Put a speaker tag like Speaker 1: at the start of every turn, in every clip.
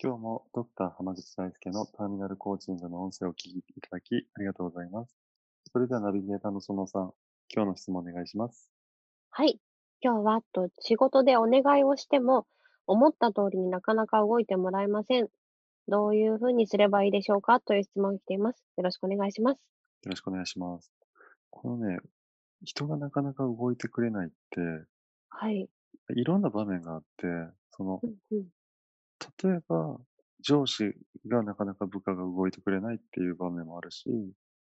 Speaker 1: 今日もドクター浜口大輔のターミナルコーチングの音声をお聞きいただきありがとうございます。それではナビゲーターのそのさん、今日の質問お願いします。
Speaker 2: はい。今日は、と、仕事でお願いをしても、思った通りになかなか動いてもらえません。どういうふうにすればいいでしょうかという質問が来ています。よろしくお願いします。
Speaker 1: よろしくお願いします。このね、人がなかなか動いてくれないっ
Speaker 2: はい。
Speaker 1: て、いろんな場面があって、その
Speaker 2: う、んうん
Speaker 1: 例えば、上司がなかなか部下が動いてくれないっていう場面もあるし、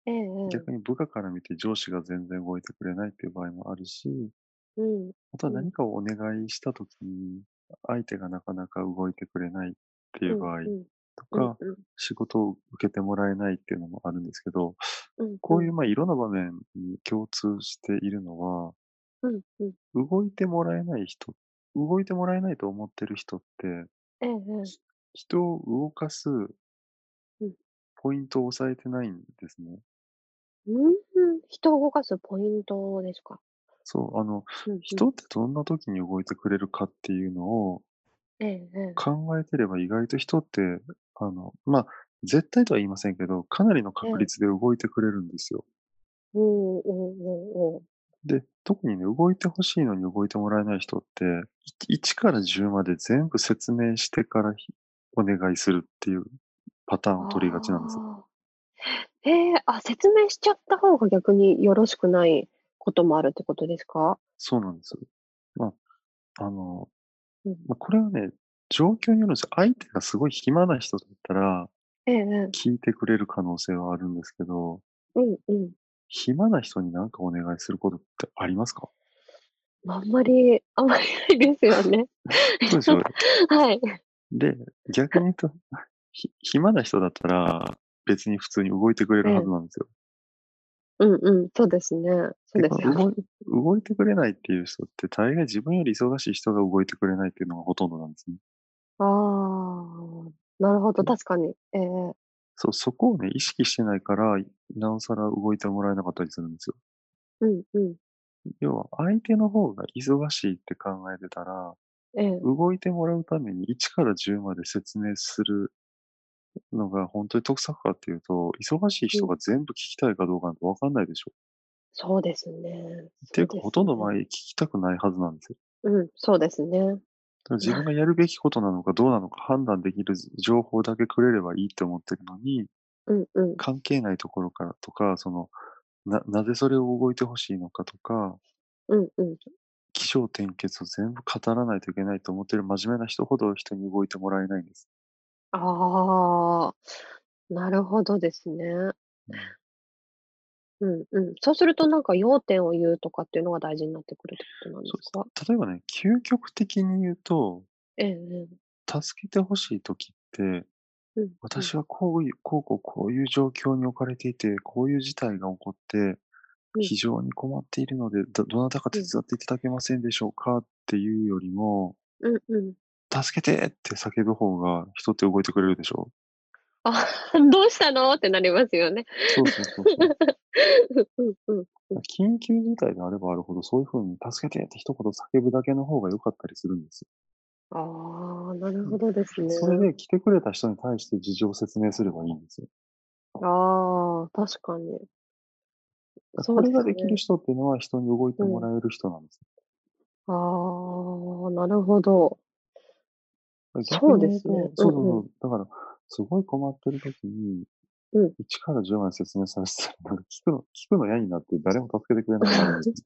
Speaker 2: えええ
Speaker 1: 逆に部下から見て上司が全然動いてくれないっていう場合もあるし、
Speaker 2: えうん。
Speaker 1: あとは
Speaker 2: うん
Speaker 1: 何かをお願いしたときに、相手がなかなか動いてくれないっていう場合
Speaker 2: うんうん
Speaker 1: と
Speaker 2: うん
Speaker 1: か、仕事を受けてもらえないっていうのもあるんですけど、
Speaker 2: うん
Speaker 1: こういうまあいろんな場面に共通しているのは、
Speaker 2: うんうん
Speaker 1: 動いてもらえない人、動いてもらえないと思ってる人って、
Speaker 2: えええ
Speaker 1: 人を動かす
Speaker 2: ん
Speaker 1: ポイントを押さえてないんですね。
Speaker 2: えうん人を動かすポイントですか。
Speaker 1: そう、あの、
Speaker 2: うんうん
Speaker 1: 人ってどんな時に動いてくれるかっていうのを、
Speaker 2: ええええ
Speaker 1: 考えてれば意外と人って、あの、まあ、絶対とは言いませんけど、かなりの確率で動いてくれるんですよ。
Speaker 2: おーおーおーおー
Speaker 1: で、特にね、動いてほしいのに動いてもらえない人って、い1から10まで全部説明してからひお願いするっていうパターンを取りがちなんですよ。
Speaker 2: あーええあ、説明しちゃった方が逆によろしくないこともあるってことですか
Speaker 1: そうなんですよ。まあ、あの、
Speaker 2: うん
Speaker 1: まあ、これはね、状況によるんですよ。相手がすごい暇な人だったら、
Speaker 2: ええええ
Speaker 1: 聞いてくれる可能性はあるんですけど、
Speaker 2: うんうん。
Speaker 1: 暇な人に何かお願いすることってありますか
Speaker 2: あんまり、あんまりないですよね。
Speaker 1: そうですよ。
Speaker 2: はい。
Speaker 1: で、逆に言うと、ひ暇な人だったら、別に普通に動いてくれるはずなんですよ。
Speaker 2: うんうん。そうですね。そうですよ。
Speaker 1: 動い動いてくれないっていう人って、大概自分より忙しい人が動いてくれないっていうのがほとんどなんですね。
Speaker 2: ああ。なるほど。確かに。ええ
Speaker 1: そう、そこをね、意識してないから、なおさら動いてもらえなかったりするんですよ。
Speaker 2: うんうん。
Speaker 1: 要は、相手の方が忙しいって考えてたら、
Speaker 2: ええ
Speaker 1: 動いてもらうために1から10まで説明するのが本当に得策かっていうと、忙しい人が全部聞きたいかどうかなんてわかんないでしょ。
Speaker 2: そうですね。
Speaker 1: っていうか、
Speaker 2: そうですね
Speaker 1: ほとんど前聞きたくないはずなんですよ。
Speaker 2: うん。そうですね。
Speaker 1: だから自分がやるべきことなのかどうなのか判断できる情報だけくれればいいって思ってるのに、
Speaker 2: うんうん。
Speaker 1: 関係ないところからとか、その、な、なぜそれを動いてほしいのかとか、
Speaker 2: うんうん。
Speaker 1: 気象転結を全部語らないといけないと思ってる真面目な人ほど人に動いてもらえないんです。
Speaker 2: ああ。なるほどですね。うんうん。そうするとなんか要点を言うとかっていうのが大事になってくるってことなんですか
Speaker 1: 例えばね、究極的に言うと、
Speaker 2: ええええ
Speaker 1: 助けてほしいときって、
Speaker 2: うんうん。
Speaker 1: 私はこういう、こうこうこういう状況に置かれていて、こういう事態が起こって、
Speaker 2: うん
Speaker 1: 非常に困っているので、ど、どなたか手伝っていただけませんでしょうかっていうよりも、
Speaker 2: うんうん。
Speaker 1: 助けてって叫ぶ方が人って動いてくれるでしょ
Speaker 2: あ、 どうしたのってなりますよね。
Speaker 1: そうそうそうそう。
Speaker 2: うん うん。
Speaker 1: 緊急事態であればあるほど、そういうふうに助けてって一言叫ぶだけの方が良かったりするんですよ。
Speaker 2: ああ、なるほどですね。
Speaker 1: それで来てくれた人に対して事情を説明すればいいんですよ。
Speaker 2: ああ、確かに。そ
Speaker 1: こ
Speaker 2: う
Speaker 1: れ
Speaker 2: ですね
Speaker 1: ができる人っていうのは人に動いてもらえる人なんですよ。
Speaker 2: ああ、なるほど。
Speaker 1: 逆に言と
Speaker 2: そうですね
Speaker 1: そう
Speaker 2: う
Speaker 1: そ
Speaker 2: ん
Speaker 1: うそう。だから、すごい困ってる時に、
Speaker 2: うん
Speaker 1: 1から10まで説明させてたら、なんか聞くの、聞くの嫌になって誰も助けてくれなくなるん ですよ。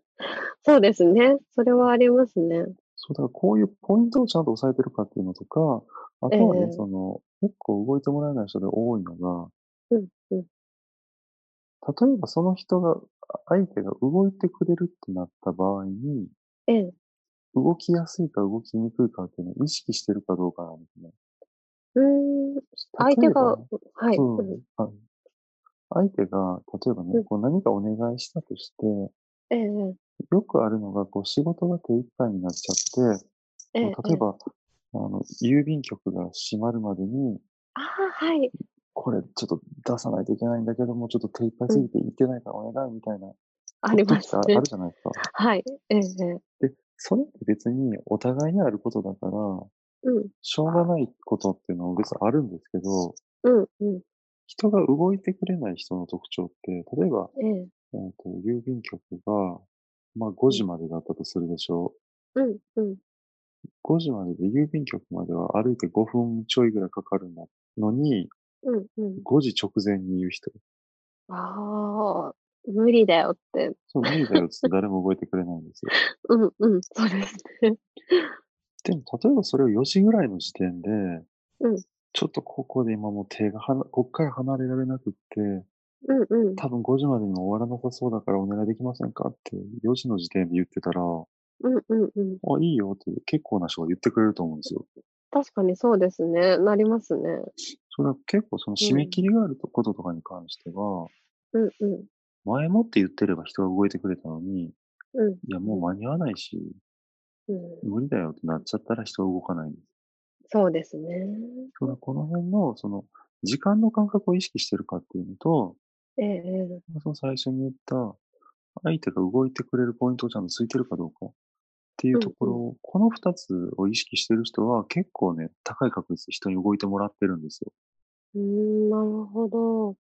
Speaker 2: そうですね。それはありますね。
Speaker 1: そう、だからこういうポイントをちゃんと押さえてるかっていうのとか、あとはね、
Speaker 2: ええ
Speaker 1: その、結構動いてもらえない人で多いのが、
Speaker 2: うんうん
Speaker 1: 例えばその人が、あ相手が動いてくれるってなった場合に、
Speaker 2: ええ、
Speaker 1: 動きやすいか動きにくいかっていうのを意識してるかどうかなんですね。
Speaker 2: うーん、相手が、
Speaker 1: 例え
Speaker 2: はい、
Speaker 1: うん
Speaker 2: うん
Speaker 1: はい相手が、例えば
Speaker 2: う
Speaker 1: ね、
Speaker 2: ん
Speaker 1: こう何かお願いしたとして、
Speaker 2: ええ
Speaker 1: よくあるのが、こう仕事が手一杯になっちゃって、
Speaker 2: ええ、ええ
Speaker 1: こう例え、ば、あの、郵便局が閉まるまでに、
Speaker 2: ああ、はい、
Speaker 1: これちょっと出さないといけないんだけども、ちょっと手いっぱいすぎていけないからお願いみたいな
Speaker 2: あり
Speaker 1: 時っ
Speaker 2: ま
Speaker 1: て
Speaker 2: す
Speaker 1: あ
Speaker 2: ね
Speaker 1: ある。じゃないですか。
Speaker 2: はい、ええ、ええ
Speaker 1: それって別にお互いにあることだから、
Speaker 2: うん、
Speaker 1: しょうがないことっていうのは別にあるんですけど、
Speaker 2: うん、うん、
Speaker 1: 人が動いてくれない人の特徴って、例えば、
Speaker 2: ええ、
Speaker 1: えーと郵便局が、まあ5時までだったとするでしょ
Speaker 2: うん、うん、
Speaker 1: う。5時までで郵便局までは歩いて5分ちょいぐらいかかるのに、
Speaker 2: うん、うん。
Speaker 1: 5時直前に言う人。
Speaker 2: ああ、無理だよって。
Speaker 1: そう、無理だよっつって誰も覚えてくれないんです よ。
Speaker 2: うん、うん、そうですね。
Speaker 1: でも、例えばそれを4時ぐらいの時点で、
Speaker 2: うん
Speaker 1: ちょっとここで今もう手がはな、こっから離れられなくって、
Speaker 2: うん、うん、
Speaker 1: 多分5時までにも終わらなさそうだからお願いできませんかって4時の時点で言ってたら、あ、
Speaker 2: うん、うん、うん。
Speaker 1: いいよって結構な人が言ってくれると思うんですよ。
Speaker 2: 確かにそうですね。なりますね。
Speaker 1: それは結構その締め切りがあるとこととかに関しては、
Speaker 2: うん、うん、
Speaker 1: 前もって言ってれば人が動いてくれたのに、
Speaker 2: うん、
Speaker 1: いやもう間に合わないし、
Speaker 2: うん。
Speaker 1: 無理だよってなっちゃったら人は動かないんです。
Speaker 2: そうですね。
Speaker 1: そのこの辺の、その、時間の感覚を意識してるかっていうのと、
Speaker 2: ええ、ええ。
Speaker 1: その最初に言った、相手が動いてくれるポイントをちゃんとついてるかどうかっていうところを、この二つを意識してる人は結構ね、高い確率で人に動いてもらってるんですよ。
Speaker 2: うーん、なるほど。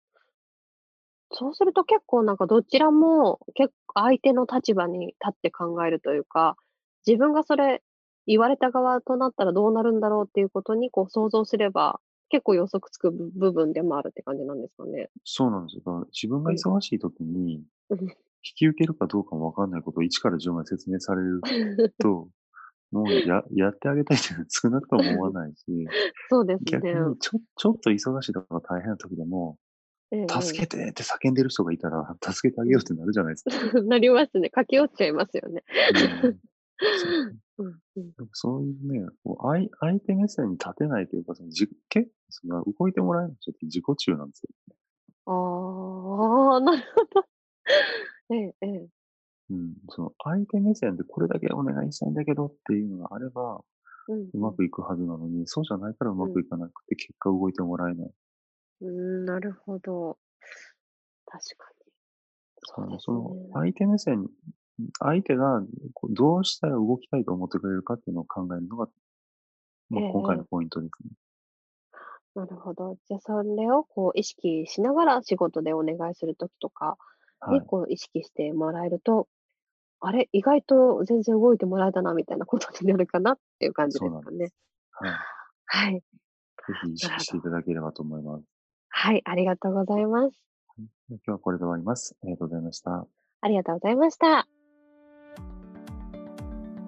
Speaker 2: そうすると結構なんかどちらも結構相手の立場に立って考えるというか、自分がそれ言われた側となったらどうなるんだろうっていうことにこう想像すれば結構予測つく部部分でもあるって感じなんですかね。
Speaker 1: そうなんですよ。だから自分が忙しい時に、
Speaker 2: うん
Speaker 1: 引き受けるかどうかもわかんないことを1から10まで説明されると、もうや やってあげたいって少なくとも思わないし、
Speaker 2: そうですね
Speaker 1: 逆。にちょちょっと忙しいとか大変な時でも、
Speaker 2: え え
Speaker 1: 助けてって叫んでる人がいたら、 助けてあげようってなるじゃないですか。
Speaker 2: なりますね。駆け寄っちゃいますよね。
Speaker 1: うん
Speaker 2: うんうん
Speaker 1: でもそういうね、こう相相手目線に立てないというか、そのじ結構その動いてもらえない人って自己中なんですよ。
Speaker 2: ああ、なるほ ど。ええええ
Speaker 1: うん、その相手目線でこれだけお願いしたいんだけどっていうのがあれば、
Speaker 2: うん
Speaker 1: うまくいくはずなのに、そうじゃないからうまくいかなくて、結果動いてもらえない。
Speaker 2: うーん、なるほど。確かに。
Speaker 1: そ
Speaker 2: そうで
Speaker 1: の
Speaker 2: す
Speaker 1: その
Speaker 2: ね。
Speaker 1: 相手目線、相手がこうどうしたら動きたいと思ってくれるかっていうのを考えるのが、まあ、
Speaker 2: ええ
Speaker 1: 今回のポイントですね。
Speaker 2: なるほど。じゃあ、それをこう意識しながら仕事でお願いするときとか
Speaker 1: は
Speaker 2: に
Speaker 1: い。
Speaker 2: こう意識してもらえると、あれ、意外と全然動いてもらえたな、みたいなことになるかなっていう感じ
Speaker 1: そ
Speaker 2: で
Speaker 1: う
Speaker 2: す
Speaker 1: なん
Speaker 2: か
Speaker 1: で
Speaker 2: ね
Speaker 1: す。。はい。
Speaker 2: はい。
Speaker 1: ぜひ意識していただければと思います。
Speaker 2: はい、ありがとうございます。
Speaker 1: 今日はこれで終わります。ありがとうございました。
Speaker 2: ありがとうございました。